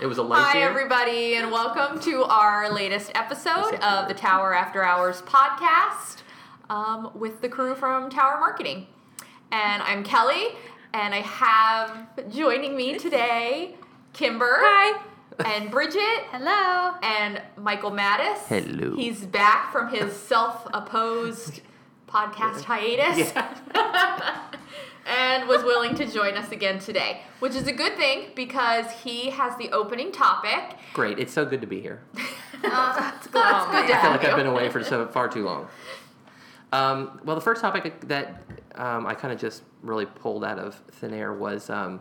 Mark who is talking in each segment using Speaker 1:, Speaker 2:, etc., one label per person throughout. Speaker 1: It was a light
Speaker 2: Hi,
Speaker 1: beer.
Speaker 2: everybody, and welcome to our latest episode
Speaker 1: That's
Speaker 2: of the Tower After Hours podcast um, with the crew from Tower Marketing. And I'm Kelly, and I have joining me today Kimber. Hi. And Bridget. Hello. And Michael Mattis.
Speaker 1: Hello.
Speaker 2: He's back from his self opposed podcast hiatus. and was willing to join us again today, which is a good thing because he has the opening topic. Oh,
Speaker 1: Great. It's so good to be here.
Speaker 2: It's good, it's good to
Speaker 1: I feel
Speaker 2: have
Speaker 1: like
Speaker 2: you.
Speaker 1: I've been away for so far too long. Um, well, the first topic that um, I kind of just really pulled out of thin air was um,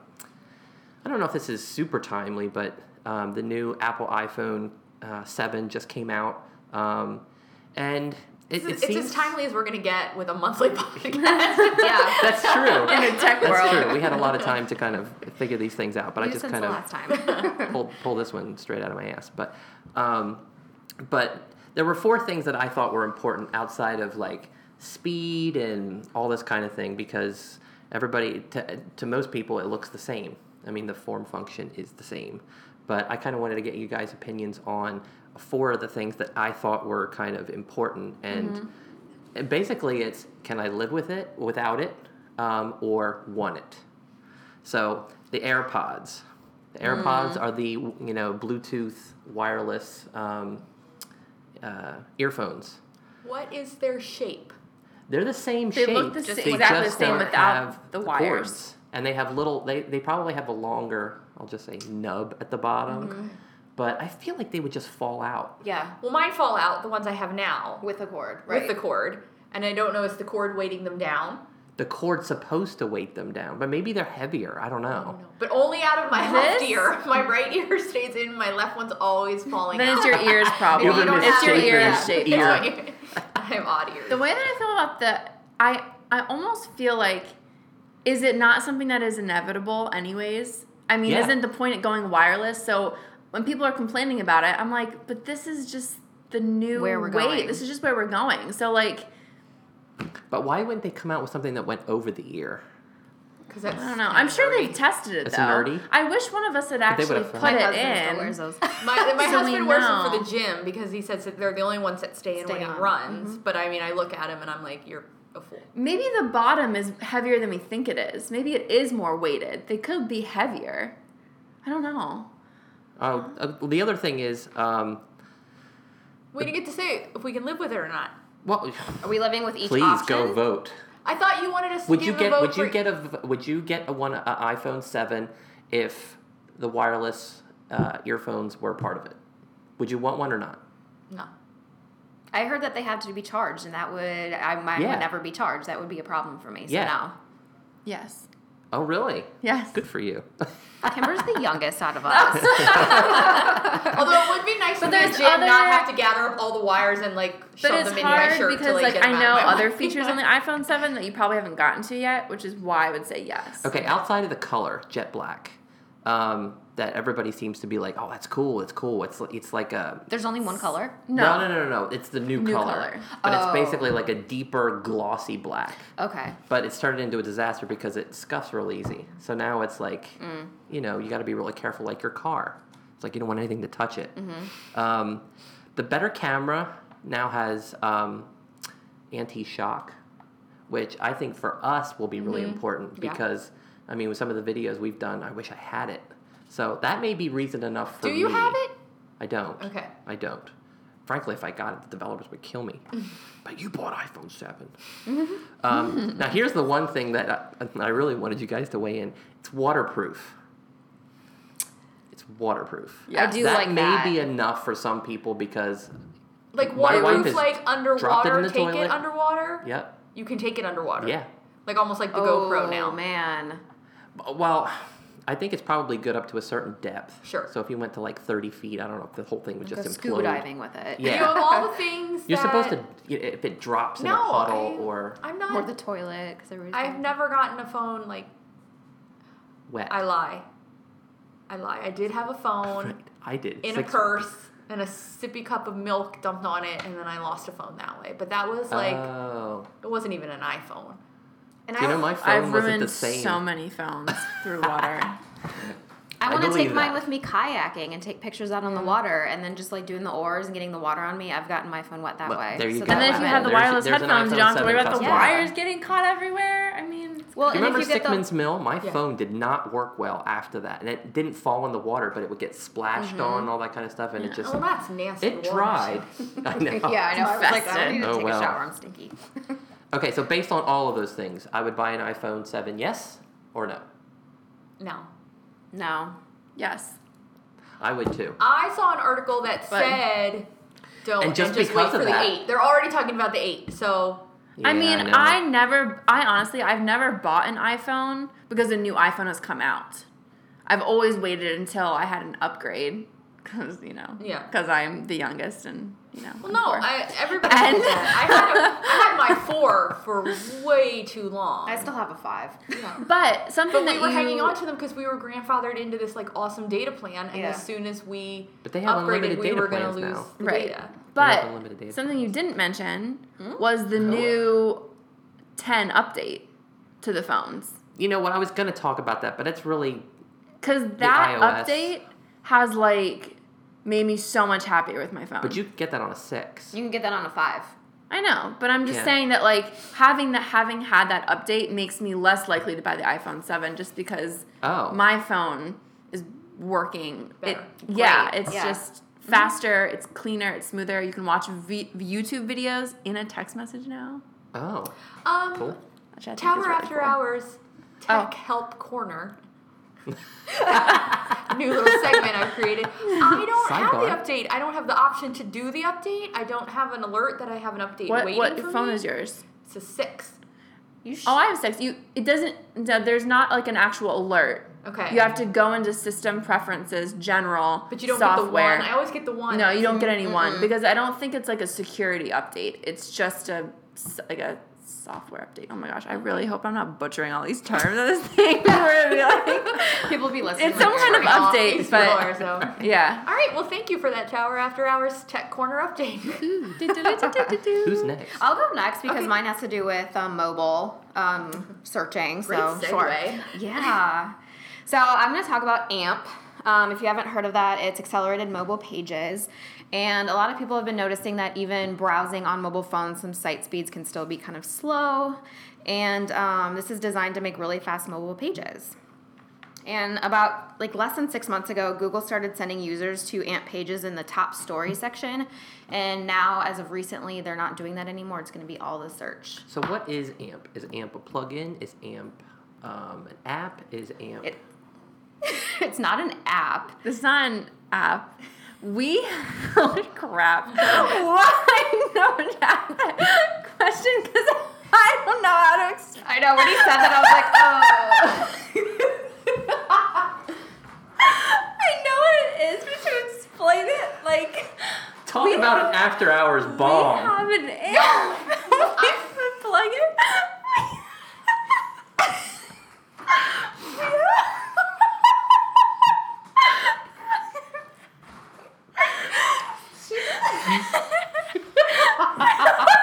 Speaker 1: I don't know if this is super timely, but um, the new Apple iPhone uh, 7 just came out. Um, and it, it
Speaker 2: It's,
Speaker 1: seems.
Speaker 2: as timely as we're going to get with a monthly podcast.
Speaker 3: Yeah.
Speaker 1: That's true.
Speaker 3: In the tech
Speaker 1: That's
Speaker 3: world.
Speaker 1: true. We had a lot of time to kind of figure these things out, but I
Speaker 3: New
Speaker 1: just
Speaker 3: since
Speaker 1: kind
Speaker 3: the
Speaker 1: of
Speaker 3: last time.
Speaker 1: pull, pull this one straight out of my ass. But, um, but there were four things that I thought were important outside of like speed and all this kind of thing because everybody, to, to most people, it looks the same. I mean, the form function is the same. But I kind of wanted to get you guys' opinions on four of the things that I thought were kind of important. And and basically, it's can I live with it, without it, um, or want it? So the AirPods. The AirPods
Speaker 3: Mm.
Speaker 1: are the you know Bluetooth wireless um, uh, earphones.
Speaker 2: what is their shape?
Speaker 1: They're the same
Speaker 3: They
Speaker 1: shape.
Speaker 3: look the sa-
Speaker 1: they
Speaker 3: exactly the
Speaker 1: just
Speaker 3: same
Speaker 1: don't
Speaker 3: without
Speaker 1: have
Speaker 3: the wires.
Speaker 1: cords. And they have little. They they probably have a longer. I'll just say nub at the bottom.
Speaker 3: Mm-hmm.
Speaker 1: But I feel like they would just fall out.
Speaker 3: yeah,
Speaker 2: Well, mine fall out, the ones I have now,
Speaker 3: with a cord, right?
Speaker 2: with the cord. And I don't know, is the cord weighting them down?
Speaker 1: The cord's supposed to weight them down, but maybe they're heavier. I don't know.
Speaker 2: But only out of my left
Speaker 3: This-
Speaker 2: ear. My right ear stays in, my left one's always falling
Speaker 3: Then
Speaker 2: out.
Speaker 3: it's your ears problem.
Speaker 2: If you don't
Speaker 3: it's
Speaker 2: have
Speaker 3: your
Speaker 2: it,
Speaker 3: ear
Speaker 2: yeah.
Speaker 3: shape.
Speaker 1: ear.
Speaker 2: I'm odd ears.
Speaker 3: The way that I feel about the, I I almost feel like, is it not something that is inevitable anyways? I mean,
Speaker 1: Yeah.
Speaker 3: isn't the point of going wireless? So when people are complaining about it, I'm like, but this is just the new
Speaker 2: Where we're
Speaker 3: way.
Speaker 2: going.
Speaker 3: This is just where we're going. So like,
Speaker 1: But why wouldn't they come out with something that went over the ear?
Speaker 2: Because that's
Speaker 3: I don't know. I'm sure they've tested it
Speaker 1: It's
Speaker 3: though.
Speaker 1: nerdy.
Speaker 3: I wish one of us had
Speaker 1: they
Speaker 3: actually
Speaker 1: would've
Speaker 3: put
Speaker 1: found
Speaker 3: it
Speaker 4: husband
Speaker 3: in.
Speaker 4: still wears those.
Speaker 2: My, my
Speaker 3: So we
Speaker 2: husband wears them for
Speaker 3: know.
Speaker 2: the gym because he says that they're the only ones that stay in
Speaker 4: Stay
Speaker 2: when he
Speaker 4: on.
Speaker 2: runs.
Speaker 3: Mm-hmm.
Speaker 2: But I mean, I look at him and I'm like, you're a fool.
Speaker 3: Maybe the bottom is heavier than we think it is. Maybe it is more weighted. They could be heavier. I don't know.
Speaker 1: Oh, uh, the other thing is, um,
Speaker 2: We didn't get to say if we can live with it or not.
Speaker 1: well,
Speaker 4: Are we living with each
Speaker 1: please
Speaker 4: option?
Speaker 1: go vote.
Speaker 2: I thought you wanted us to
Speaker 1: Would
Speaker 2: give
Speaker 1: you
Speaker 2: a
Speaker 1: get?
Speaker 2: vote
Speaker 1: Would you
Speaker 2: for-
Speaker 1: get a? v- Would you get a one a iPhone seven if the wireless uh, earphones were part of it? Would you want one or not?
Speaker 2: No.
Speaker 4: I heard that they have to be charged, and that would I might
Speaker 1: Yeah.
Speaker 4: would never be charged. That would be a problem for me. So
Speaker 1: Yeah.
Speaker 3: Yes.
Speaker 1: Oh, really?
Speaker 3: Yes.
Speaker 1: Good for you.
Speaker 4: no, Kimber's the youngest out of us.
Speaker 2: Although it would be nice to
Speaker 3: there's
Speaker 2: the gym not
Speaker 3: other-
Speaker 2: have to gather up all the wires and like
Speaker 3: But
Speaker 2: shove
Speaker 3: it's
Speaker 2: them in my
Speaker 3: hard
Speaker 2: shirt to,
Speaker 3: because
Speaker 2: like,
Speaker 3: like
Speaker 2: get them
Speaker 3: I
Speaker 2: out
Speaker 3: know
Speaker 2: of my
Speaker 3: other
Speaker 2: mind.
Speaker 3: features on the iPhone 7 that you probably haven't gotten to yet, which is why I would say yes.
Speaker 1: okay, outside of the color, jet black, um, that everybody seems to be like, oh, that's cool. It's cool. It's li- it's like a
Speaker 4: There's only one color.
Speaker 1: No, no,
Speaker 3: No.
Speaker 1: no, no, no. It's the new,
Speaker 3: New
Speaker 1: color.
Speaker 3: color.
Speaker 1: But it's
Speaker 4: Oh.
Speaker 1: basically like a deeper, glossy black.
Speaker 4: Okay.
Speaker 1: But it's turned into a disaster because it scuffs real easy. So now it's like,
Speaker 2: Mm.
Speaker 1: you know, you got to be really careful, like your car. It's like you don't want anything to touch it.
Speaker 2: Mm-hmm.
Speaker 1: Um, the better camera now has um, anti shock, which I think for us will be really important
Speaker 2: Mm-hmm. Yeah.
Speaker 1: because, I mean, with some of the videos we've done, I wish I had it. So that may be reason enough for
Speaker 2: Do you
Speaker 1: me.
Speaker 2: have it?
Speaker 1: I don't.
Speaker 2: Okay.
Speaker 1: I don't. Frankly, if I got it, the developers would kill me. but you bought iPhone 7. Um, now, here's the one thing that I, I really wanted you guys to weigh in it's waterproof. It's waterproof.
Speaker 3: Yeah.
Speaker 4: I do
Speaker 1: that
Speaker 4: like
Speaker 1: may
Speaker 4: that.
Speaker 1: be enough for some people because,
Speaker 2: Like
Speaker 1: My wife
Speaker 2: waterproof,
Speaker 1: has
Speaker 2: like
Speaker 1: dropped it in
Speaker 2: underwater,
Speaker 1: the
Speaker 2: take
Speaker 1: toilet.
Speaker 2: it underwater.
Speaker 1: yep,
Speaker 2: You can take it underwater.
Speaker 1: yeah.
Speaker 2: Like almost like the
Speaker 4: oh,
Speaker 2: GoPro now.
Speaker 4: man.
Speaker 1: Well, I think it's probably good up to a certain depth.
Speaker 2: Sure.
Speaker 1: So if you went to like 30 feet, I don't know if the whole thing would
Speaker 4: Go
Speaker 1: just
Speaker 4: scuba
Speaker 1: implode.
Speaker 4: diving with it.
Speaker 1: Yeah.
Speaker 2: You know, of all the things
Speaker 1: You're
Speaker 2: that-
Speaker 1: supposed to, if it drops in a
Speaker 2: No,
Speaker 1: puddle
Speaker 2: I-
Speaker 1: or
Speaker 2: I'm
Speaker 4: Or
Speaker 2: not.
Speaker 4: the toilet because everybody's.
Speaker 2: I've never gotten a phone like
Speaker 1: wet.
Speaker 2: I lie. I lie. I did have a phone
Speaker 1: I did.
Speaker 2: in
Speaker 1: Six-
Speaker 2: a purse and a sippy cup of milk dumped on it, and then I lost a phone that way. But that
Speaker 1: Uh,
Speaker 2: was like
Speaker 1: Oh.
Speaker 2: it wasn't even an iPhone. And
Speaker 1: Do you
Speaker 2: I
Speaker 1: know my phone
Speaker 3: I've
Speaker 1: wasn't the
Speaker 3: ruined
Speaker 1: same.
Speaker 3: so many phones through water.
Speaker 4: I I want to
Speaker 1: believe
Speaker 4: take mine
Speaker 1: that. Mm-hmm.
Speaker 4: with me kayaking and take pictures out on the water, and then just like doing the oars and getting the water on me. I've gotten my phone wet that
Speaker 1: Well,
Speaker 4: way.
Speaker 1: there you go.
Speaker 4: so that's
Speaker 3: And then if
Speaker 4: what
Speaker 3: you
Speaker 4: I
Speaker 3: have the
Speaker 4: meant.
Speaker 1: There's-
Speaker 3: wireless
Speaker 1: there's an
Speaker 3: headphones, you
Speaker 1: iPhone
Speaker 3: don't have to worry
Speaker 1: 7
Speaker 3: about the
Speaker 1: custom app.
Speaker 3: wires getting caught everywhere. I mean, it's
Speaker 4: well,
Speaker 1: Do you
Speaker 4: and if
Speaker 1: remember
Speaker 4: you get the
Speaker 1: Stickman's Mill? My
Speaker 2: Yeah.
Speaker 1: phone did not work well after that, and it didn't fall in the water, but it would get splashed
Speaker 4: Mm-hmm.
Speaker 1: on and all that kind of stuff, and it just
Speaker 2: Oh, that's nasty.
Speaker 1: it
Speaker 2: Lord.
Speaker 1: dried. I know.
Speaker 4: yeah, I know. I was like, I
Speaker 3: Infested.
Speaker 4: need to
Speaker 1: Oh,
Speaker 4: take
Speaker 1: well.
Speaker 4: a shower. I'm stinky.
Speaker 1: Okay, so based on all of those things, I would buy an iPhone seven, yes or no?
Speaker 2: No.
Speaker 4: no,
Speaker 3: yes.
Speaker 1: I would too.
Speaker 2: I saw an article that
Speaker 3: But-
Speaker 2: said don't
Speaker 1: And
Speaker 2: and
Speaker 1: just
Speaker 2: just,
Speaker 1: because
Speaker 2: wait
Speaker 1: of
Speaker 2: for
Speaker 1: that-
Speaker 2: the eight. They're already talking about the eight, so
Speaker 1: Yeah,
Speaker 3: I mean,
Speaker 1: know.
Speaker 3: I, never, I honestly, I've never bought an iPhone because a new iPhone has come out. I've always waited until I had an upgrade because, you know,
Speaker 2: Yeah.
Speaker 3: because I'm the youngest and, you know.
Speaker 2: well, no,
Speaker 3: I'm poor.
Speaker 2: I, everybody.
Speaker 3: And-
Speaker 2: did that. I had a, I had my four for way too long.
Speaker 4: I still have a five.
Speaker 2: Yeah.
Speaker 3: but
Speaker 2: But
Speaker 3: something
Speaker 2: we
Speaker 3: that
Speaker 2: were
Speaker 3: you,
Speaker 2: hanging on to them because we were grandfathered into this like awesome data plan, and
Speaker 4: Yeah.
Speaker 2: as soon as we
Speaker 1: But they have
Speaker 2: upgraded,
Speaker 1: unlimited
Speaker 2: we
Speaker 1: data
Speaker 2: were going
Speaker 1: plans
Speaker 2: to
Speaker 1: now.
Speaker 2: lose the
Speaker 3: Right.
Speaker 2: data. Hmm?
Speaker 1: unlimited
Speaker 3: But
Speaker 1: data
Speaker 3: something you didn't mention was the new 10 update to the phones.
Speaker 1: you know what? I was gonna talk about that, but it's really
Speaker 3: Because that
Speaker 1: iOS.
Speaker 3: update has, like, made me so much happier with my phone.
Speaker 1: But you could get that on a six.
Speaker 4: You can get that on a five.
Speaker 3: I know, but I'm just
Speaker 1: Yeah.
Speaker 3: saying that like having that having had that update makes me less likely to buy the iPhone 7 just because
Speaker 1: oh,
Speaker 3: my phone is working. It,
Speaker 2: Better.
Speaker 3: yeah,
Speaker 4: Great,
Speaker 3: it's
Speaker 4: yeah.
Speaker 3: just faster, it's cleaner, it's smoother. You can watch v- YouTube videos in a text message now.
Speaker 1: oh,
Speaker 2: Um,
Speaker 1: cool.
Speaker 3: Which I think
Speaker 2: Tower
Speaker 3: is really
Speaker 2: After
Speaker 3: cool.
Speaker 2: Hours Tech
Speaker 3: Oh.
Speaker 2: Help Corner. New little segment I've created. I don't
Speaker 1: Sidebar.
Speaker 2: have the update. I don't have the option to do the update. I don't have an alert that I have an update
Speaker 3: What
Speaker 2: waiting
Speaker 3: what
Speaker 2: for
Speaker 3: phone
Speaker 2: me.
Speaker 3: is yours?
Speaker 2: It's a six.
Speaker 4: You should.
Speaker 3: Oh, I have six. You it doesn't. th- There's not like an actual alert.
Speaker 2: Okay.
Speaker 3: You have to go into system preferences, general,
Speaker 2: but you don't
Speaker 3: software.
Speaker 2: get the one. I always get the one.
Speaker 3: No, you don't get any one because I don't think it's like a security update. It's just a s- like a software update. Oh my gosh, I really hope I'm not butchering all these terms of this thing. We're gonna be like-
Speaker 4: People be listening.
Speaker 3: It's some
Speaker 4: like,
Speaker 3: kind of
Speaker 4: turning off.
Speaker 3: update,
Speaker 2: These
Speaker 3: but-
Speaker 2: people are, so.
Speaker 3: yeah.
Speaker 2: All right. Well, thank you for that Tower After Hours Tech Corner update.
Speaker 1: Who's next?
Speaker 4: I'll go next because
Speaker 2: Okay.
Speaker 4: mine has to do with um, mobile um, searching.
Speaker 2: Great
Speaker 4: so
Speaker 2: segue.
Speaker 4: sure. Yeah. So I'm going to talk about AMP. Um, if you haven't heard of that, it's accelerated mobile pages. And a lot of people have been noticing that even browsing on mobile phones, some site speeds can still be kind of slow. And um, this is designed to make really fast mobile pages. And about like less than six months ago, Google started sending users to AMP pages in the top story section. And now, as of recently, they're not doing that anymore. It's going to be all the search.
Speaker 1: So what is AMP? Is AMP a plugin? Is AMP um, an app? Is AMP?
Speaker 4: It- it's not an app.
Speaker 3: This is not an app. We holy crap. Why no that question? Because I don't know how to explain.
Speaker 4: I know. When he said that, I was like, oh.
Speaker 3: I know what it is, but to explain it like
Speaker 1: Talk
Speaker 3: we
Speaker 1: about
Speaker 3: have-
Speaker 1: an after hours
Speaker 3: We
Speaker 1: bomb.
Speaker 3: have an amp. we have a plug-in. We have-
Speaker 4: oh.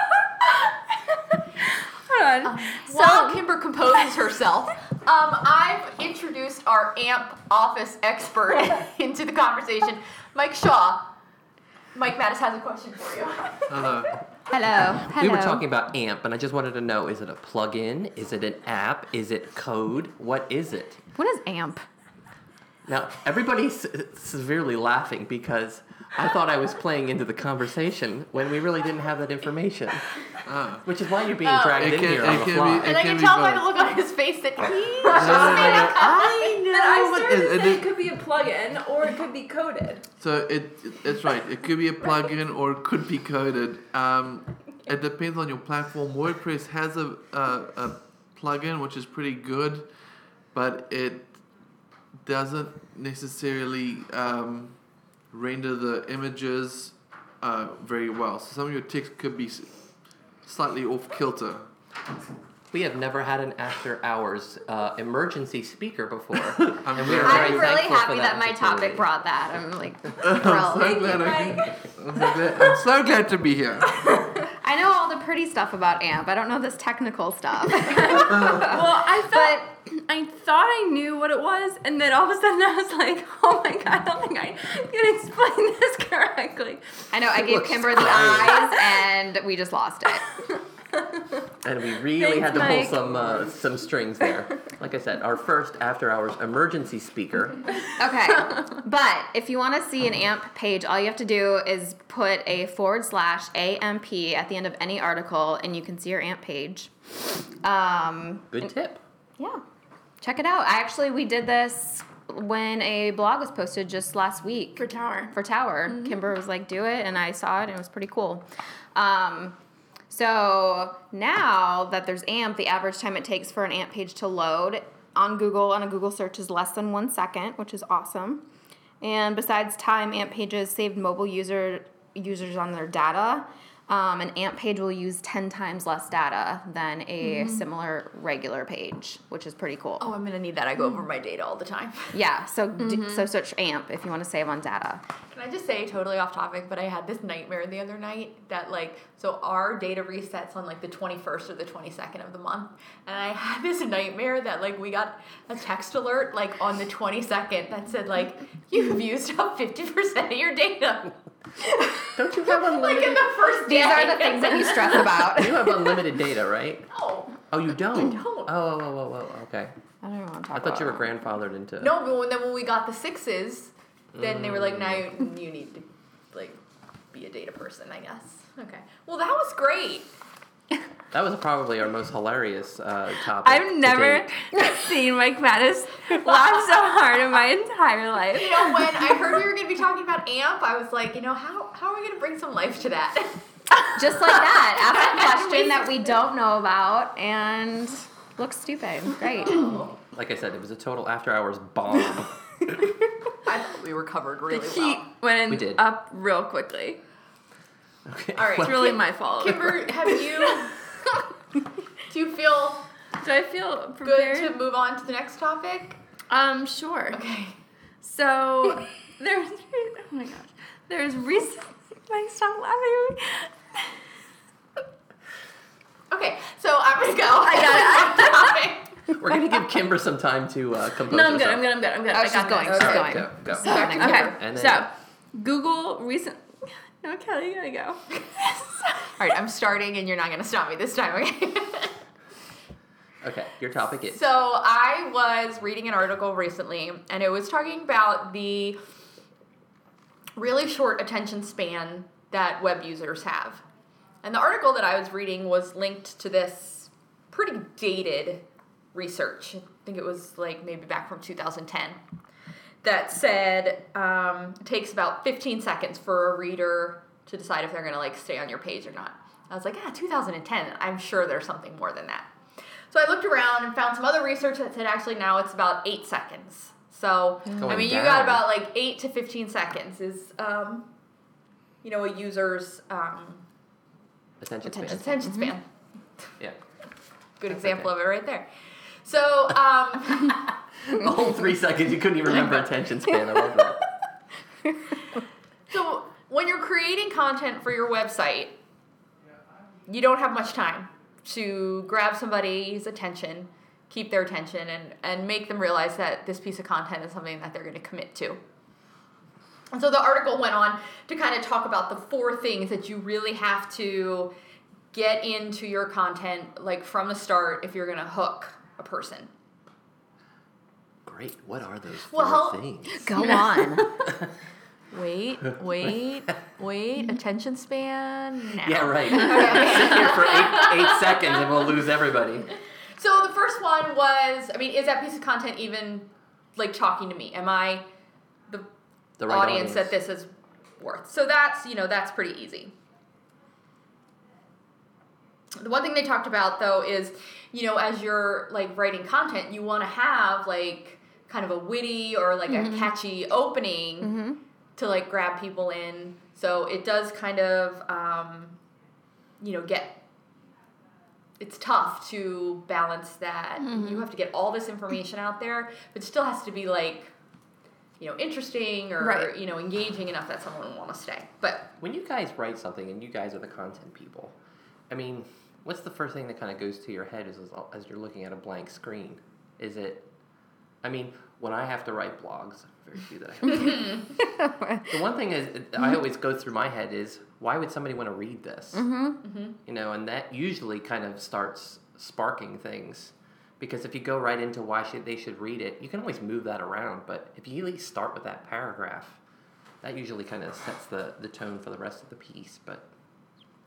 Speaker 3: Hold on. So,
Speaker 2: While Kimber composes herself, um, I've introduced our AMP office expert into the conversation, Mike Shaw. Mike Mattis has a question for you.
Speaker 4: Hello. Hello.
Speaker 1: We were talking about AMP, and I just wanted to know: is it a plugin? Is it an app? Is it code? What is it?
Speaker 4: What is AMP?
Speaker 1: Now everybody's s- severely laughing because I thought I was playing into the conversation when we really didn't have that information, which is why you're being dragged
Speaker 5: Ah. It
Speaker 1: in
Speaker 5: can-
Speaker 1: here
Speaker 5: it
Speaker 1: on the
Speaker 5: can be-
Speaker 1: fly.
Speaker 2: And
Speaker 5: It
Speaker 2: I
Speaker 5: can
Speaker 2: can
Speaker 5: be
Speaker 2: tell by the
Speaker 5: both.
Speaker 2: look on his face that he
Speaker 5: No, no, no, no.
Speaker 3: I know.
Speaker 5: know, but it- it is-
Speaker 3: could be a plug-in or it could be coded.
Speaker 5: So it it's right. It could be a plugin or it could be coded. Um, it depends on your platform. WordPress has a, a a plugin which is pretty good, but it doesn't necessarily um, render the images uh, very well. So some of your text could be s- slightly off kilter.
Speaker 1: We have never had an after hours uh, emergency speaker before. and we are
Speaker 5: very-
Speaker 1: very
Speaker 4: I'm really
Speaker 1: thankful for
Speaker 4: happy that, my topic
Speaker 1: opportunity.
Speaker 4: brought that. I'm like
Speaker 5: I'm so
Speaker 4: thrilled.
Speaker 5: glad I can- I'm so glad- I'm so glad to be here.
Speaker 4: I know all the pretty stuff about AMP. I don't know this technical stuff.
Speaker 3: Well, I thought I thought I knew what it was, and then all of a sudden I was like, "Oh my god, I don't think I can explain this correctly."
Speaker 4: I know I gave
Speaker 1: looks
Speaker 4: Kimber the
Speaker 1: great.
Speaker 4: eyes, and we just lost it.
Speaker 1: And we really had to pull
Speaker 3: Thanks, Mike.
Speaker 1: some uh, some strings there. Like I said, our first after hours emergency speaker.
Speaker 4: Okay, but if you want to see an AMP page, all you have to do is put a forward slash AMP at the end of any article, and you can see your AMP page. Um,
Speaker 1: Good tip.
Speaker 4: yeah, check it out. I actually we did this when a blog was posted just last week
Speaker 2: For Tower. Mm-hmm.
Speaker 4: for Tower. Kimber was like, "Do it," and I saw it, and it was pretty cool. Um, so now that there's AMP, the average time it takes for an AMP page to load on Google on a Google search is less than one second, which is awesome. And besides time, AMP pages saved mobile user users on their data. Um, an AMP page will use ten times less data than a
Speaker 2: Mm-hmm.
Speaker 4: similar regular page, which is pretty cool.
Speaker 2: Oh, I'm gonna need that. I go over my data all the time.
Speaker 4: Yeah, so d-
Speaker 3: Mm-hmm.
Speaker 4: so search AMP if you want to save on data.
Speaker 2: Can I just say, totally off topic, but I had this nightmare the other night that, like, so our data resets on like the 21st or the 22nd of the month. And I had this nightmare that, like, we got a text alert, like, on the 22nd that said, like, you've used up 50% of your data.
Speaker 1: Don't you have
Speaker 2: Like, in
Speaker 1: unlimited?
Speaker 2: the first day.
Speaker 4: These are the things that you stress about.
Speaker 1: you have unlimited data, right?
Speaker 2: No.
Speaker 1: Oh, you don't.
Speaker 2: I
Speaker 1: Oh,
Speaker 2: don't.
Speaker 1: oh, oh, oh, oh, okay.
Speaker 4: I don't want to
Speaker 1: I
Speaker 4: talk
Speaker 1: thought you were grandfathered into.
Speaker 2: No, but when, then when we got the sixes, then they were like, now you, you need to, like, be a data person, I guess. Okay. Well, that was great.
Speaker 1: That was probably our most hilarious uh, topic.
Speaker 3: I've
Speaker 1: to
Speaker 3: never
Speaker 1: date.
Speaker 3: seen Mike Mattis laugh so hard in my entire life.
Speaker 2: You know, when I heard we were going to be talking about AMP, I was like, you know, how, how are we going to bring some life to that?
Speaker 4: Just like that, ask a question that we don't know about and looks stupid. Great.
Speaker 3: Oh
Speaker 1: Like I said, it was a total after hours bomb.
Speaker 2: I thought we were covered really
Speaker 3: He
Speaker 2: well.
Speaker 3: went
Speaker 1: We did.
Speaker 3: up real quickly.
Speaker 1: okay.
Speaker 2: All right.
Speaker 3: It's really my fault.
Speaker 2: Kimber, have you, do you feel
Speaker 3: Do I feel
Speaker 2: good
Speaker 3: prepared?
Speaker 2: to move on to the next topic?
Speaker 3: um, sure.
Speaker 2: Okay.
Speaker 3: So there's oh my gosh, there's recent. Mike, stop laughing. at me.
Speaker 2: Okay, so I'm going to go. I got it.
Speaker 1: We're gonna give Kimber some time to uh, compose.
Speaker 3: No, I'm good.
Speaker 1: herself.
Speaker 3: I'm good. I'm good. I'm good.
Speaker 4: Oh,
Speaker 3: I
Speaker 4: she's
Speaker 3: got
Speaker 4: going.
Speaker 3: this.
Speaker 4: She's
Speaker 1: All
Speaker 3: Okay.
Speaker 1: right,
Speaker 4: going.
Speaker 1: go, go.
Speaker 4: So next
Speaker 3: Okay.
Speaker 4: Kimber.
Speaker 1: And
Speaker 3: so
Speaker 1: then-
Speaker 3: Google recent. No, Kelly, you gotta go.
Speaker 2: All right, I'm starting, and you're not going to stop me this time, okay?
Speaker 1: Okay, your topic is.
Speaker 2: So I was reading an article recently, and it was talking about the really short attention span that web users have. And the article that I was reading was linked to this pretty dated research. I think it was like maybe back from 2010 that said um, it takes about 15 seconds for a reader to decide if they're going to like stay on your page or not. I was like, ah, 2010. I'm sure there's something more than that. So I looked around and found some other research that said actually now it's about eight seconds. So I
Speaker 1: Going
Speaker 2: mean, you
Speaker 1: down.
Speaker 2: got about like eight to 15 seconds is, um, you know, a user's um,
Speaker 1: Attention span.
Speaker 4: Attention
Speaker 2: attention span.
Speaker 1: Yeah.
Speaker 2: Good
Speaker 1: That's
Speaker 2: example
Speaker 1: okay.
Speaker 2: of it right there. So um,
Speaker 1: The whole three seconds you couldn't even remember attention span. I love that.
Speaker 2: So when you're creating content for your website, you don't have much time to grab somebody's attention, keep their attention, and, and make them realize that this piece of content is something that they're going to commit to. And so the article went on to kind of talk about the four things that you really have to get into your content, like from the start, if you're going to hook a person.
Speaker 1: Great. What are those four
Speaker 2: Well-
Speaker 1: things?
Speaker 4: Go on.
Speaker 2: Wait, wait, wait. Attention span.
Speaker 1: Yeah, right. Sit here for eight, eight seconds and we'll lose everybody.
Speaker 2: So the first one was, I mean, is that piece of content even like talking to me? Am I the
Speaker 1: The right
Speaker 2: audience, that this is worth? So that's, you know, that's pretty easy. The one thing they talked about though is, you know, as you're like writing content, you want to have like kind of a witty or like
Speaker 1: Mm-hmm.
Speaker 2: a catchy opening to like grab people in. So it does kind of, um, you know, get it's tough to balance that. You have to get all this information out there, but it still has to be like, you know, interesting or
Speaker 3: Right.
Speaker 2: you know, engaging enough that someone will want to stay. But
Speaker 1: When you guys write something and you guys are the content people, I mean, what's the first thing that kind of goes to your head as as you're looking at a blank screen? Is it? I mean, when I have to write blogs, very few that I. Have the one thing is I always go through my head is why would somebody want to read this? You know, and that usually kind of starts sparking things. Because if you go right into why should they should read it, you can always move that around. But if you at least start with that paragraph, that usually kind of sets the, the tone for the rest of the piece. But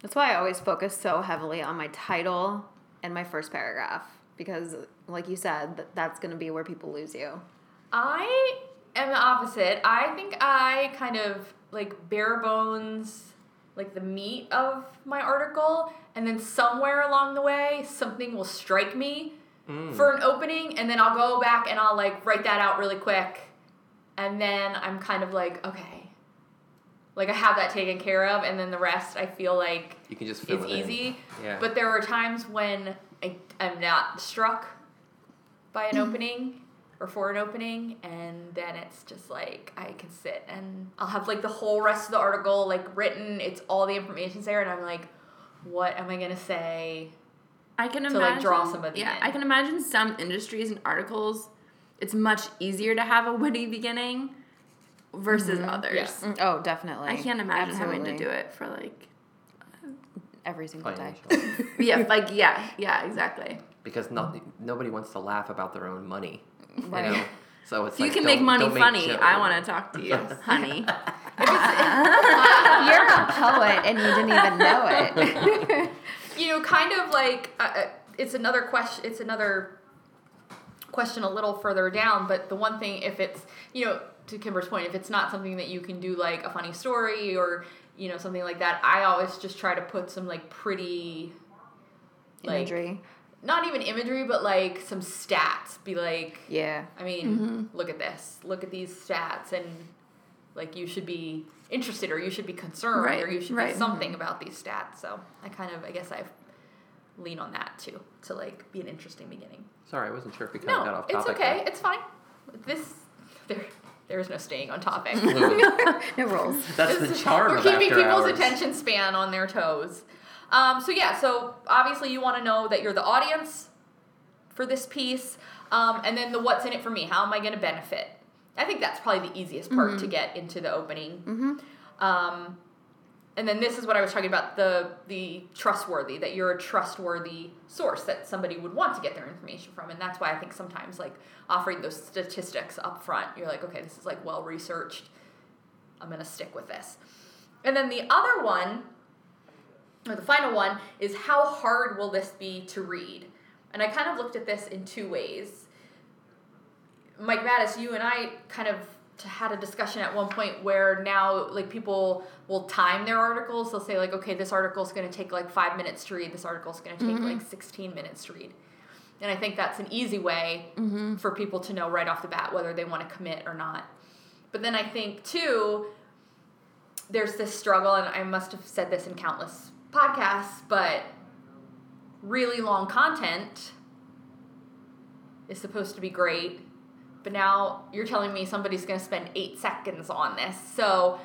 Speaker 4: That's why I always focus so heavily on my title and my first paragraph because, like you said, th- that's going to be where people lose you.
Speaker 2: I am the opposite. I think I kind of like bare bones, like the meat of my article, and then somewhere along the way, something will strike me for an opening, and then I'll go back and I'll like write that out really quick, and then I'm kind of like, okay, like I have that taken care of, and then the rest I feel like
Speaker 1: you can just fill
Speaker 2: it's
Speaker 1: it in.
Speaker 2: easy.
Speaker 1: Yeah.
Speaker 2: But there are times when I, I'm not struck by an opening or for an opening, and then it's just like I can sit and I'll have like the whole rest of the article like written. It's all the information's there, and I'm like, what am I gonna say?
Speaker 3: I can
Speaker 2: To,
Speaker 3: imagine
Speaker 2: like, draw somebody
Speaker 3: Yeah,
Speaker 2: in.
Speaker 3: I can imagine some industries and articles. It's much easier to have a witty beginning versus others.
Speaker 2: Yeah.
Speaker 4: Mm, Oh, definitely.
Speaker 3: I can't imagine having
Speaker 4: Absolutely.
Speaker 3: to do it for like
Speaker 4: every single day.
Speaker 1: Financial.
Speaker 3: yeah, like yeah, yeah, exactly.
Speaker 1: because not, nobody wants to laugh about their own money.
Speaker 4: Right.
Speaker 1: You know? So it's
Speaker 3: If you
Speaker 1: like,
Speaker 3: can
Speaker 1: don't-
Speaker 3: make money
Speaker 1: don't make
Speaker 3: funny.
Speaker 1: jokes.
Speaker 3: I want to talk to you, honey.
Speaker 4: You're a poet and you didn't even know it.
Speaker 2: you know, kind of like uh, uh, it's another question. It's another question a little further down. But the one thing, if it's you know, to Kimber's point, if it's not something that you can do like a funny story or you know something like that, I always just try to put some like pretty, like
Speaker 4: Imagery.
Speaker 2: not even imagery, but like some stats. Be like,
Speaker 4: Yeah.
Speaker 2: I mean,
Speaker 3: Mm-hmm.
Speaker 2: look at this. Look at these stats and. Like you should be interested, or you should be concerned,
Speaker 3: Right,
Speaker 2: or you should
Speaker 3: right.
Speaker 2: be something about these stats. So I kind of, I guess I've lean on that too to like be an interesting beginning.
Speaker 1: Sorry, I wasn't sure if we kind of got
Speaker 2: No,
Speaker 1: off
Speaker 2: it's
Speaker 1: topic.
Speaker 2: okay. It's fine. This there there is no staying on topic.
Speaker 4: No rules.
Speaker 1: hmm, That's the charm
Speaker 2: We're
Speaker 1: of
Speaker 2: keeping
Speaker 1: after
Speaker 2: people's
Speaker 1: hours.
Speaker 2: attention span on their toes. Um, so yeah, so obviously you want to know that you're the audience for this piece, um, and then the what's in it for me. How am I going to benefit? I think that's probably the easiest part to get into the opening. Um, and then this is what I was talking about the the trustworthy that you're a trustworthy source that somebody would want to get their information from, and that's why I think sometimes like offering those statistics up front, you're like, okay, this is like well researched. I'm gonna stick with this. And then the other one, or the final one, is how hard will this be to read? And I kind of looked at this in two ways. Mike Mattis, you and I kind of t- had a discussion at one point where now like people will time their articles. They'll say like, okay, this article's going to take like five minutes to read. This article's going to take like sixteen minutes to read. And I think that's an easy way for people to know right off the bat whether they want to commit or not. But then I think too, there's this struggle, and I must have said this in countless podcasts, but really long content is supposed to be great. But now you're telling me somebody's going to spend eight seconds on this. So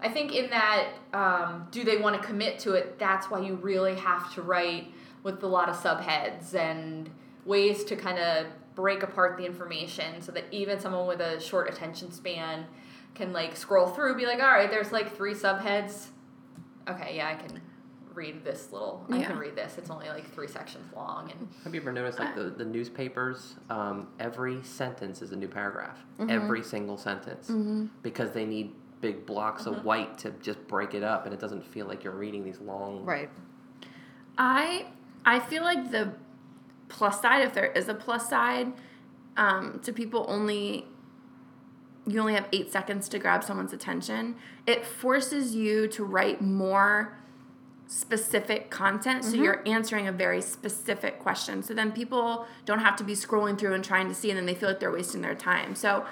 Speaker 2: I think in that, um, do they want to commit to it? That's why you really have to write with a lot of subheads and ways to kind of break apart the information so that even someone with a short attention span can like scroll through, be like, all right, there's like three subheads. Okay, yeah, I can read this little. I
Speaker 3: Yeah.
Speaker 2: can read this. It's only like three sections long, and
Speaker 1: Have you ever noticed like the, the newspapers? Um, every sentence is a new paragraph.
Speaker 2: Mm-hmm.
Speaker 1: Every single sentence, because they need big blocks
Speaker 2: Mm-hmm.
Speaker 1: of white to just break it up, and it doesn't feel like you're reading these long.
Speaker 4: Right.
Speaker 3: I I feel like the plus side, if there is a plus side, um, to people only you only have eight seconds to grab someone's attention. It forces you to write more specific content so you're answering a very specific question so then people don't have to be scrolling through and trying to see and then they feel like they're wasting their time so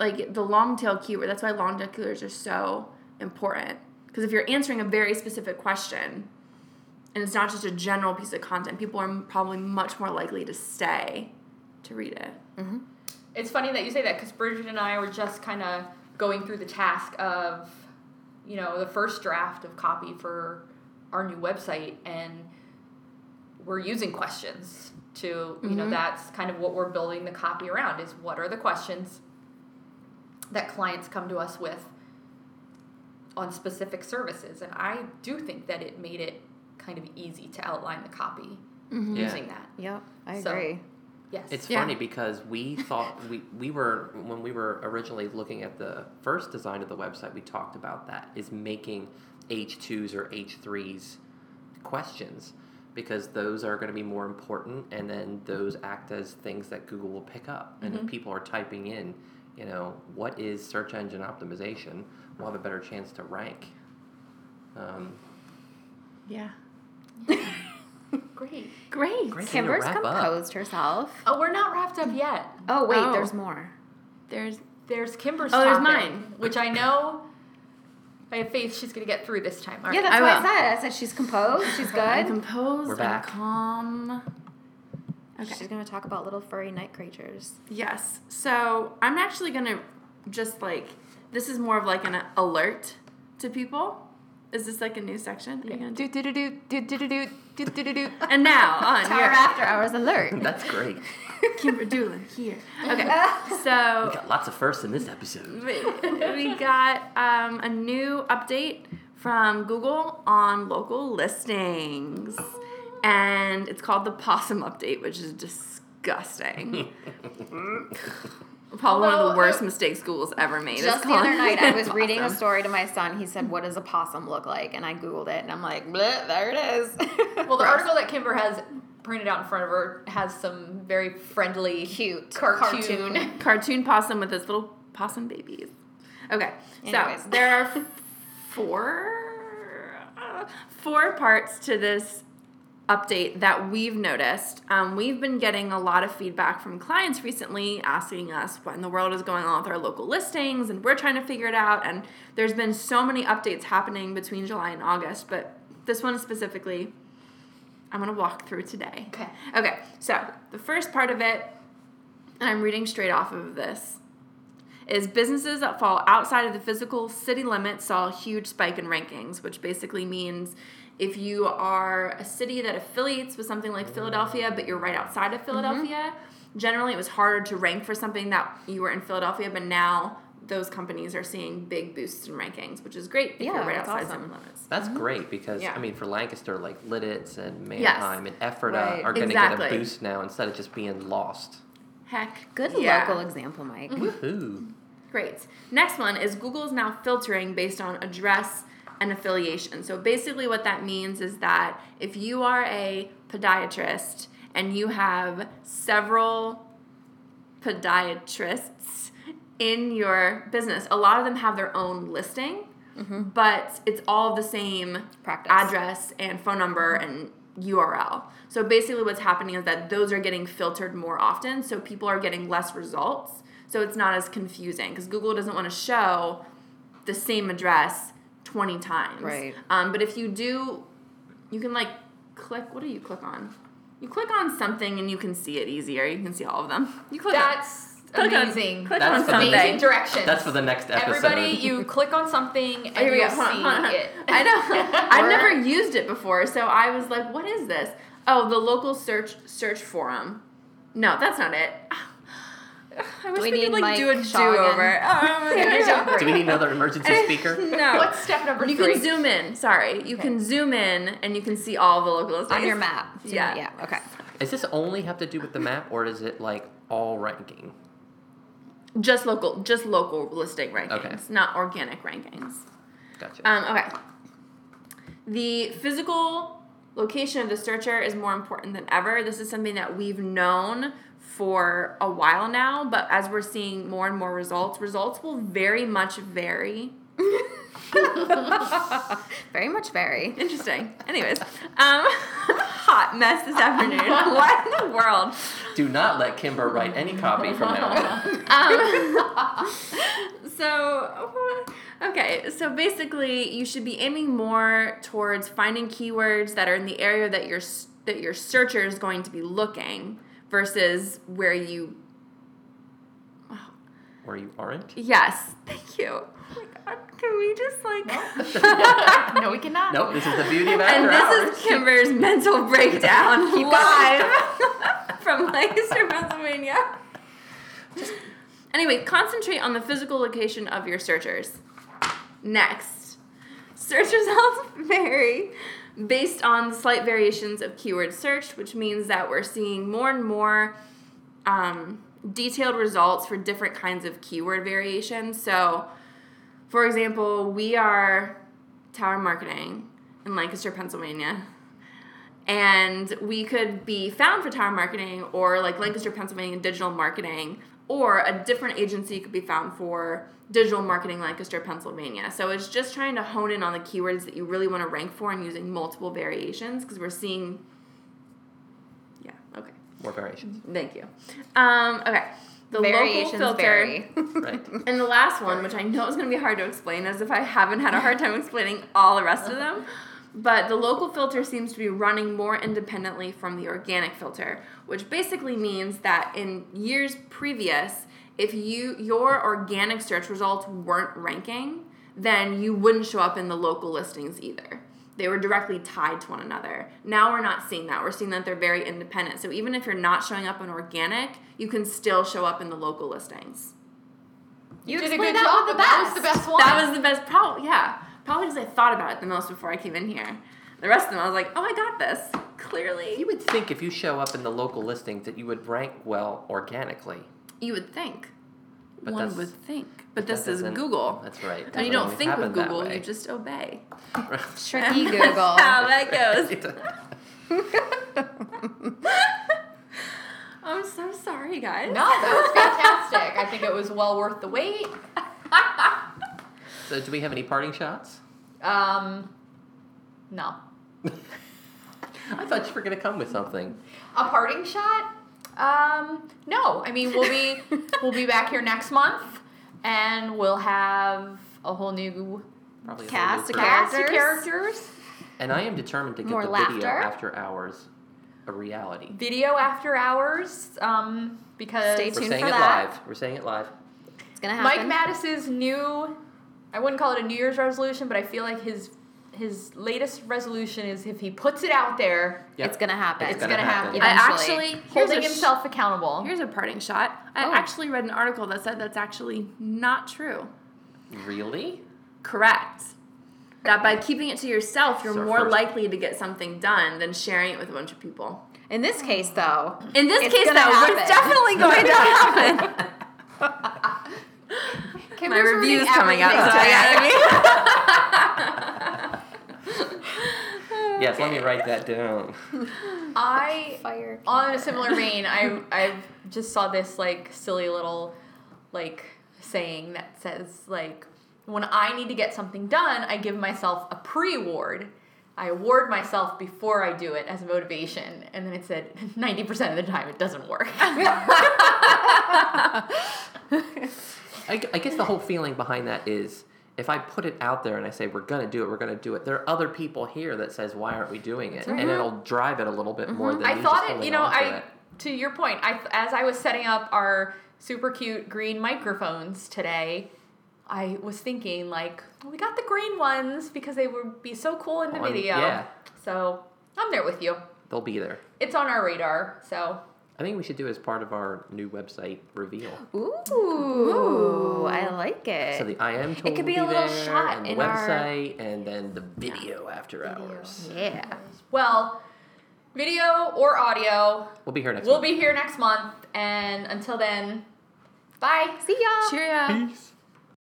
Speaker 3: like the long tail keyword that's why long tail keywords are so important because if you're answering a very specific question and it's not just a general piece of content people are probably much more likely to stay to read it
Speaker 2: It's funny that you say that because Bridget and I were just kind of going through the task of, you know, the first draft of copy for our new website and we're using questions to you know that's kind of what we're building the copy around is what are the questions that clients come to us with on specific services and i do think that it made it kind of easy to outline the copy
Speaker 1: Yeah.
Speaker 2: Mm-hmm. using that
Speaker 4: Yep, I
Speaker 2: So-
Speaker 4: agree.
Speaker 2: yes
Speaker 1: It's
Speaker 3: Yeah.
Speaker 1: funny because we thought we, we were when we were originally looking at the first design of the website, we talked about that is making H twos or H threes questions because those are going to be more important, and then those act as things that Google will pick up. And if people are typing in, you know, what is search engine optimization, we'll have a better chance to rank. Um,
Speaker 3: Yeah.
Speaker 2: great
Speaker 3: Great.
Speaker 1: great way to
Speaker 4: Kimber's
Speaker 1: wrap up.
Speaker 4: composed herself.
Speaker 2: oh we're not wrapped up yet
Speaker 4: Oh wait,
Speaker 3: Oh.
Speaker 4: there's more.
Speaker 3: There's
Speaker 2: There's Kimber's.
Speaker 3: Oh, there's
Speaker 2: topic,
Speaker 3: mine.
Speaker 2: which I know. I have faith she's gonna get through this time. All right.
Speaker 4: Yeah, that's
Speaker 3: I
Speaker 4: what I
Speaker 3: will.
Speaker 4: said. I said she's composed. She's
Speaker 3: I'm
Speaker 4: good.
Speaker 3: composed.
Speaker 1: We're
Speaker 3: I'm
Speaker 1: back.
Speaker 3: calm. Okay.
Speaker 4: She's gonna talk about little furry night creatures.
Speaker 3: Yes. So I'm actually gonna just like this is more of like an alert to people. Is this like a new section? Are you gonna do?
Speaker 2: do do do do do do do do do do do.
Speaker 3: And now on
Speaker 4: Tower
Speaker 3: your
Speaker 4: after hours alert.
Speaker 1: That's great.
Speaker 3: Kimber Doolin here. Okay.
Speaker 1: We
Speaker 3: So
Speaker 1: got lots of firsts in this episode.
Speaker 3: we we got um, a new update from Google on local listings, and it's called the Possum Update, which is disgusting. Probably one of
Speaker 2: Although,
Speaker 3: the worst
Speaker 2: uh,
Speaker 3: mistakes Google's ever made. is
Speaker 4: Just the
Speaker 3: calling
Speaker 4: other night, I
Speaker 3: it
Speaker 4: was
Speaker 3: a
Speaker 4: reading a
Speaker 3: possum.
Speaker 4: story to my son. He said, "What does a possum look like?" And I googled it, and I'm like, "Bleh, there it is."
Speaker 2: Well, the article that Kimber has printed out in front of her has some very friendly,
Speaker 4: cute
Speaker 2: cartoon.
Speaker 3: cartoon possum with his little possum babies. Okay,
Speaker 4: Anyways.
Speaker 3: so there are f- four uh, four parts to this update that we've noticed. Um, we've been getting a lot of feedback from clients recently asking us what in the world is going on with our local listings, and we're trying to figure it out. And there's been so many updates happening between July and August, but this one specifically, I'm gonna walk through today.
Speaker 2: Okay.
Speaker 3: Okay, so the first part of it, and I'm reading straight off of this, is businesses that fall outside of the physical city limits saw a huge spike in rankings, which basically means if you are a city that affiliates with something like Philadelphia, but you're right outside
Speaker 4: Mm-hmm.
Speaker 3: of Philadelphia, generally it was harder to rank for something that you were in Philadelphia, but now those companies are seeing big boosts in rankings, which is great if
Speaker 4: Yeah,
Speaker 3: you're right
Speaker 4: that's
Speaker 3: outside
Speaker 4: awesome.
Speaker 3: city limits.
Speaker 1: That's great because
Speaker 3: Mm-hmm. Yeah.
Speaker 1: I mean, for Lancaster, like Lidditz and Mannheim and Ephrata
Speaker 4: Right.
Speaker 1: are going to get
Speaker 3: Exactly.
Speaker 1: a boost now instead of just being lost.
Speaker 3: Heck.
Speaker 4: Good
Speaker 3: yeah.
Speaker 4: local example, Mike.
Speaker 1: Woohoo!
Speaker 3: Great. Next one is Google is now filtering based on address and affiliation. So basically, what that means is that if you are a podiatrist and you have several podiatrists in your business, a lot of them have their own listing, but it's all the same
Speaker 4: Mm-hmm. Practice.
Speaker 3: address and phone number and URL. So basically, what's happening is that those are getting filtered more often, so people are getting less results. So it's not as confusing because Google doesn't want to show the same address 20 times.
Speaker 4: Right.
Speaker 3: Um, but if you do, you can like click, what do you click on? You click on something and you can see it easier. You can see all of them. You click on-
Speaker 2: That's
Speaker 3: click on-
Speaker 2: amazing.
Speaker 3: click
Speaker 1: That's
Speaker 3: on
Speaker 1: amazing.
Speaker 3: something.
Speaker 2: amazing directions.
Speaker 1: That's for the next episode.
Speaker 2: Everybody, you click on something and
Speaker 3: Here we
Speaker 2: you'll
Speaker 3: go.
Speaker 2: see
Speaker 3: Hold on, hold on.
Speaker 2: it.
Speaker 3: I know. I've
Speaker 2: Or-
Speaker 3: never used it before, so I was like, "What is this?" Oh, the local search search forum. No, that's not it. I wish we,
Speaker 4: we
Speaker 3: could
Speaker 4: need
Speaker 3: like
Speaker 4: Mike
Speaker 3: do a
Speaker 4: Shoghan?
Speaker 3: do over. Oh my gosh.
Speaker 1: Do we need another emergency speaker?
Speaker 3: No.
Speaker 2: What's step number
Speaker 3: you
Speaker 2: three?
Speaker 3: can zoom in. Sorry, you can zoom in and you can see all the local
Speaker 4: On your
Speaker 3: estates.
Speaker 4: map. So,
Speaker 3: Yeah.
Speaker 4: Yeah. Okay.
Speaker 1: Does this only have to do with the map, or is it like all ranking?
Speaker 3: Just local, just local listing rankings,
Speaker 1: Okay.
Speaker 3: not organic rankings.
Speaker 1: Gotcha.
Speaker 3: Um, okay. The physical location of the searcher is more important than ever. This is something that we've known for a while now, but as we're seeing more and more results, results will very much vary.
Speaker 4: Very much very.
Speaker 3: Interesting. Anyways, um, hot mess this afternoon. what in the world?
Speaker 1: do not let Kimber write any copy from now on.
Speaker 3: Um, so, okay, so basically, you should be aiming more towards finding keywords that are in the area that your s- that your searcher is going to be looking versus where you.
Speaker 1: Or you aren't?
Speaker 3: Yes, thank you. Oh my gosh. Can we just like?
Speaker 2: no, we cannot.
Speaker 1: Nope, this is the beauty of
Speaker 3: And
Speaker 1: after hours.
Speaker 3: this is Kimber's mental breakdown live from Lancaster, Pennsylvania. Just- anyway, concentrate on the physical location of your searchers. Next, search results vary based on the slight variations of keyword searched, which means that we're seeing more and more um, detailed results for different kinds of keyword variations. So, for example, we are tower marketing in Lancaster, Pennsylvania. And we could be found for tower marketing or like Lancaster, Pennsylvania digital marketing, or a different agency could be found for digital marketing Lancaster, Pennsylvania. So it's just trying to hone in on the keywords that you really want to rank for and using multiple variations because we're seeing. Yeah, okay.
Speaker 1: More variations,
Speaker 3: Thank you. Um, okay. The
Speaker 4: Variations
Speaker 3: local filter.
Speaker 4: vary.
Speaker 1: right?
Speaker 3: And the last one, which I know is going to be hard to explain, as if I haven't had a hard time explaining all the rest of them. But the local filter seems to be running more independently from the organic filter, which basically means that in years previous, if you your organic search results weren't ranking, then you wouldn't show up in the local listings either. They were directly tied to one another. Now we're not seeing that. We're seeing that they're very independent. So even if you're not showing up in organic, you can still show up in the local listings.
Speaker 2: You did a
Speaker 4: explained
Speaker 2: good
Speaker 4: that
Speaker 2: job, but
Speaker 4: one the
Speaker 2: that was
Speaker 4: best.
Speaker 2: the best one.
Speaker 3: That was the best. Probably, yeah. Probably because I thought about it the most before I came in here. The rest of them, I was like, oh, I got this. Clearly.
Speaker 1: You would think if you show up in the local listings that you would rank well organically.
Speaker 3: You would think.
Speaker 1: But
Speaker 3: One
Speaker 1: that's-
Speaker 3: would think. But
Speaker 1: that
Speaker 3: this is
Speaker 1: doesn't-
Speaker 3: Google.
Speaker 1: That's right.
Speaker 3: and
Speaker 1: doesn't
Speaker 3: you don't
Speaker 1: always
Speaker 3: think with
Speaker 1: happen that
Speaker 3: Google,
Speaker 1: way.
Speaker 3: you just obey.
Speaker 4: Tricky
Speaker 3: That's
Speaker 4: Google.
Speaker 3: how that goes. I'm so sorry, guys.
Speaker 2: no, that was fantastic. I think it was well worth the wait.
Speaker 1: so, do we have any parting shots?
Speaker 2: Um, no.
Speaker 1: I thought you were going to come with something.
Speaker 2: A parting shot? Um, no. I mean, we'll be we'll be back here next month, and we'll have a whole new
Speaker 1: Probably a whole
Speaker 4: Cast,
Speaker 1: new
Speaker 4: a
Speaker 1: crew.
Speaker 4: cast.
Speaker 2: cast of
Speaker 4: Characters.
Speaker 2: characters.
Speaker 1: And I am determined to get
Speaker 4: More
Speaker 1: the video
Speaker 4: laughter.
Speaker 1: after hours a reality.
Speaker 2: Video after hours. Um, because
Speaker 4: Stay
Speaker 1: We're
Speaker 4: tuned
Speaker 1: saying
Speaker 4: for
Speaker 1: it
Speaker 4: that.
Speaker 1: live. We're saying it live.
Speaker 4: It's gonna
Speaker 2: Mike
Speaker 4: happen.
Speaker 2: Mattis's new I wouldn't call it a New Year's resolution, but I feel like his his latest resolution is if he puts it out there,
Speaker 1: Yep.
Speaker 4: It's gonna happen.
Speaker 2: it's gonna, happen.
Speaker 4: happen.
Speaker 3: I
Speaker 4: Eventually.
Speaker 3: actually here's
Speaker 2: Holding
Speaker 3: a sh-
Speaker 2: himself accountable.
Speaker 3: Here's a parting shot. I
Speaker 4: Oh.
Speaker 3: actually read an article that said that's actually not true.
Speaker 1: Really?
Speaker 3: Correct. That by keeping it to yourself, you're
Speaker 1: So
Speaker 3: more
Speaker 1: first-
Speaker 3: likely to get something done than sharing it with a bunch of people.
Speaker 4: In this case, though,
Speaker 3: In this
Speaker 4: It's
Speaker 3: case, though,
Speaker 4: gonna
Speaker 3: we're
Speaker 4: happen.
Speaker 3: definitely going to happen. My
Speaker 2: Kimber's
Speaker 3: review's
Speaker 2: ruining
Speaker 3: coming up, so
Speaker 2: everything.
Speaker 3: I gotta be.
Speaker 1: Yes, let me write that down.
Speaker 2: I
Speaker 4: fire.
Speaker 2: on a similar vein, I I just saw this like silly little like saying that says like when I need to get something done, I give myself a pre-award. I award myself before I do it as motivation, and then it said ninety percent of the time it doesn't work.
Speaker 1: I, gu- I guess the whole feeling behind that is if I put it out there and I say we're gonna do it, we're gonna do it. There are other people here that says why aren't we doing it,
Speaker 4: Mm-hmm.
Speaker 1: and it'll drive it a little bit more than
Speaker 2: I
Speaker 1: me
Speaker 2: thought
Speaker 1: just
Speaker 2: it,
Speaker 1: holding
Speaker 2: you know,
Speaker 1: on to
Speaker 2: I
Speaker 1: it.
Speaker 2: to your point, I as I was setting up our super cute green microphones today, I was thinking like we got the green ones because they would be so cool in the
Speaker 1: On-
Speaker 2: video.
Speaker 1: yeah.
Speaker 2: So I'm there with you.
Speaker 1: they'll be there.
Speaker 2: It's on our radar. So
Speaker 1: I think we should do it as part of our new website reveal.
Speaker 4: Ooh, I like it.
Speaker 1: So the I am tool
Speaker 4: could
Speaker 1: will
Speaker 4: be a little
Speaker 1: there,
Speaker 4: shot
Speaker 1: and the
Speaker 4: in our-
Speaker 1: website, and then the video after hours.
Speaker 4: yeah.
Speaker 2: well, video or audio,
Speaker 1: We'll be here next.
Speaker 2: we'll
Speaker 1: month.
Speaker 2: be here next month. And until then, bye.
Speaker 4: See y'all.
Speaker 3: Cheerio.
Speaker 1: Peace.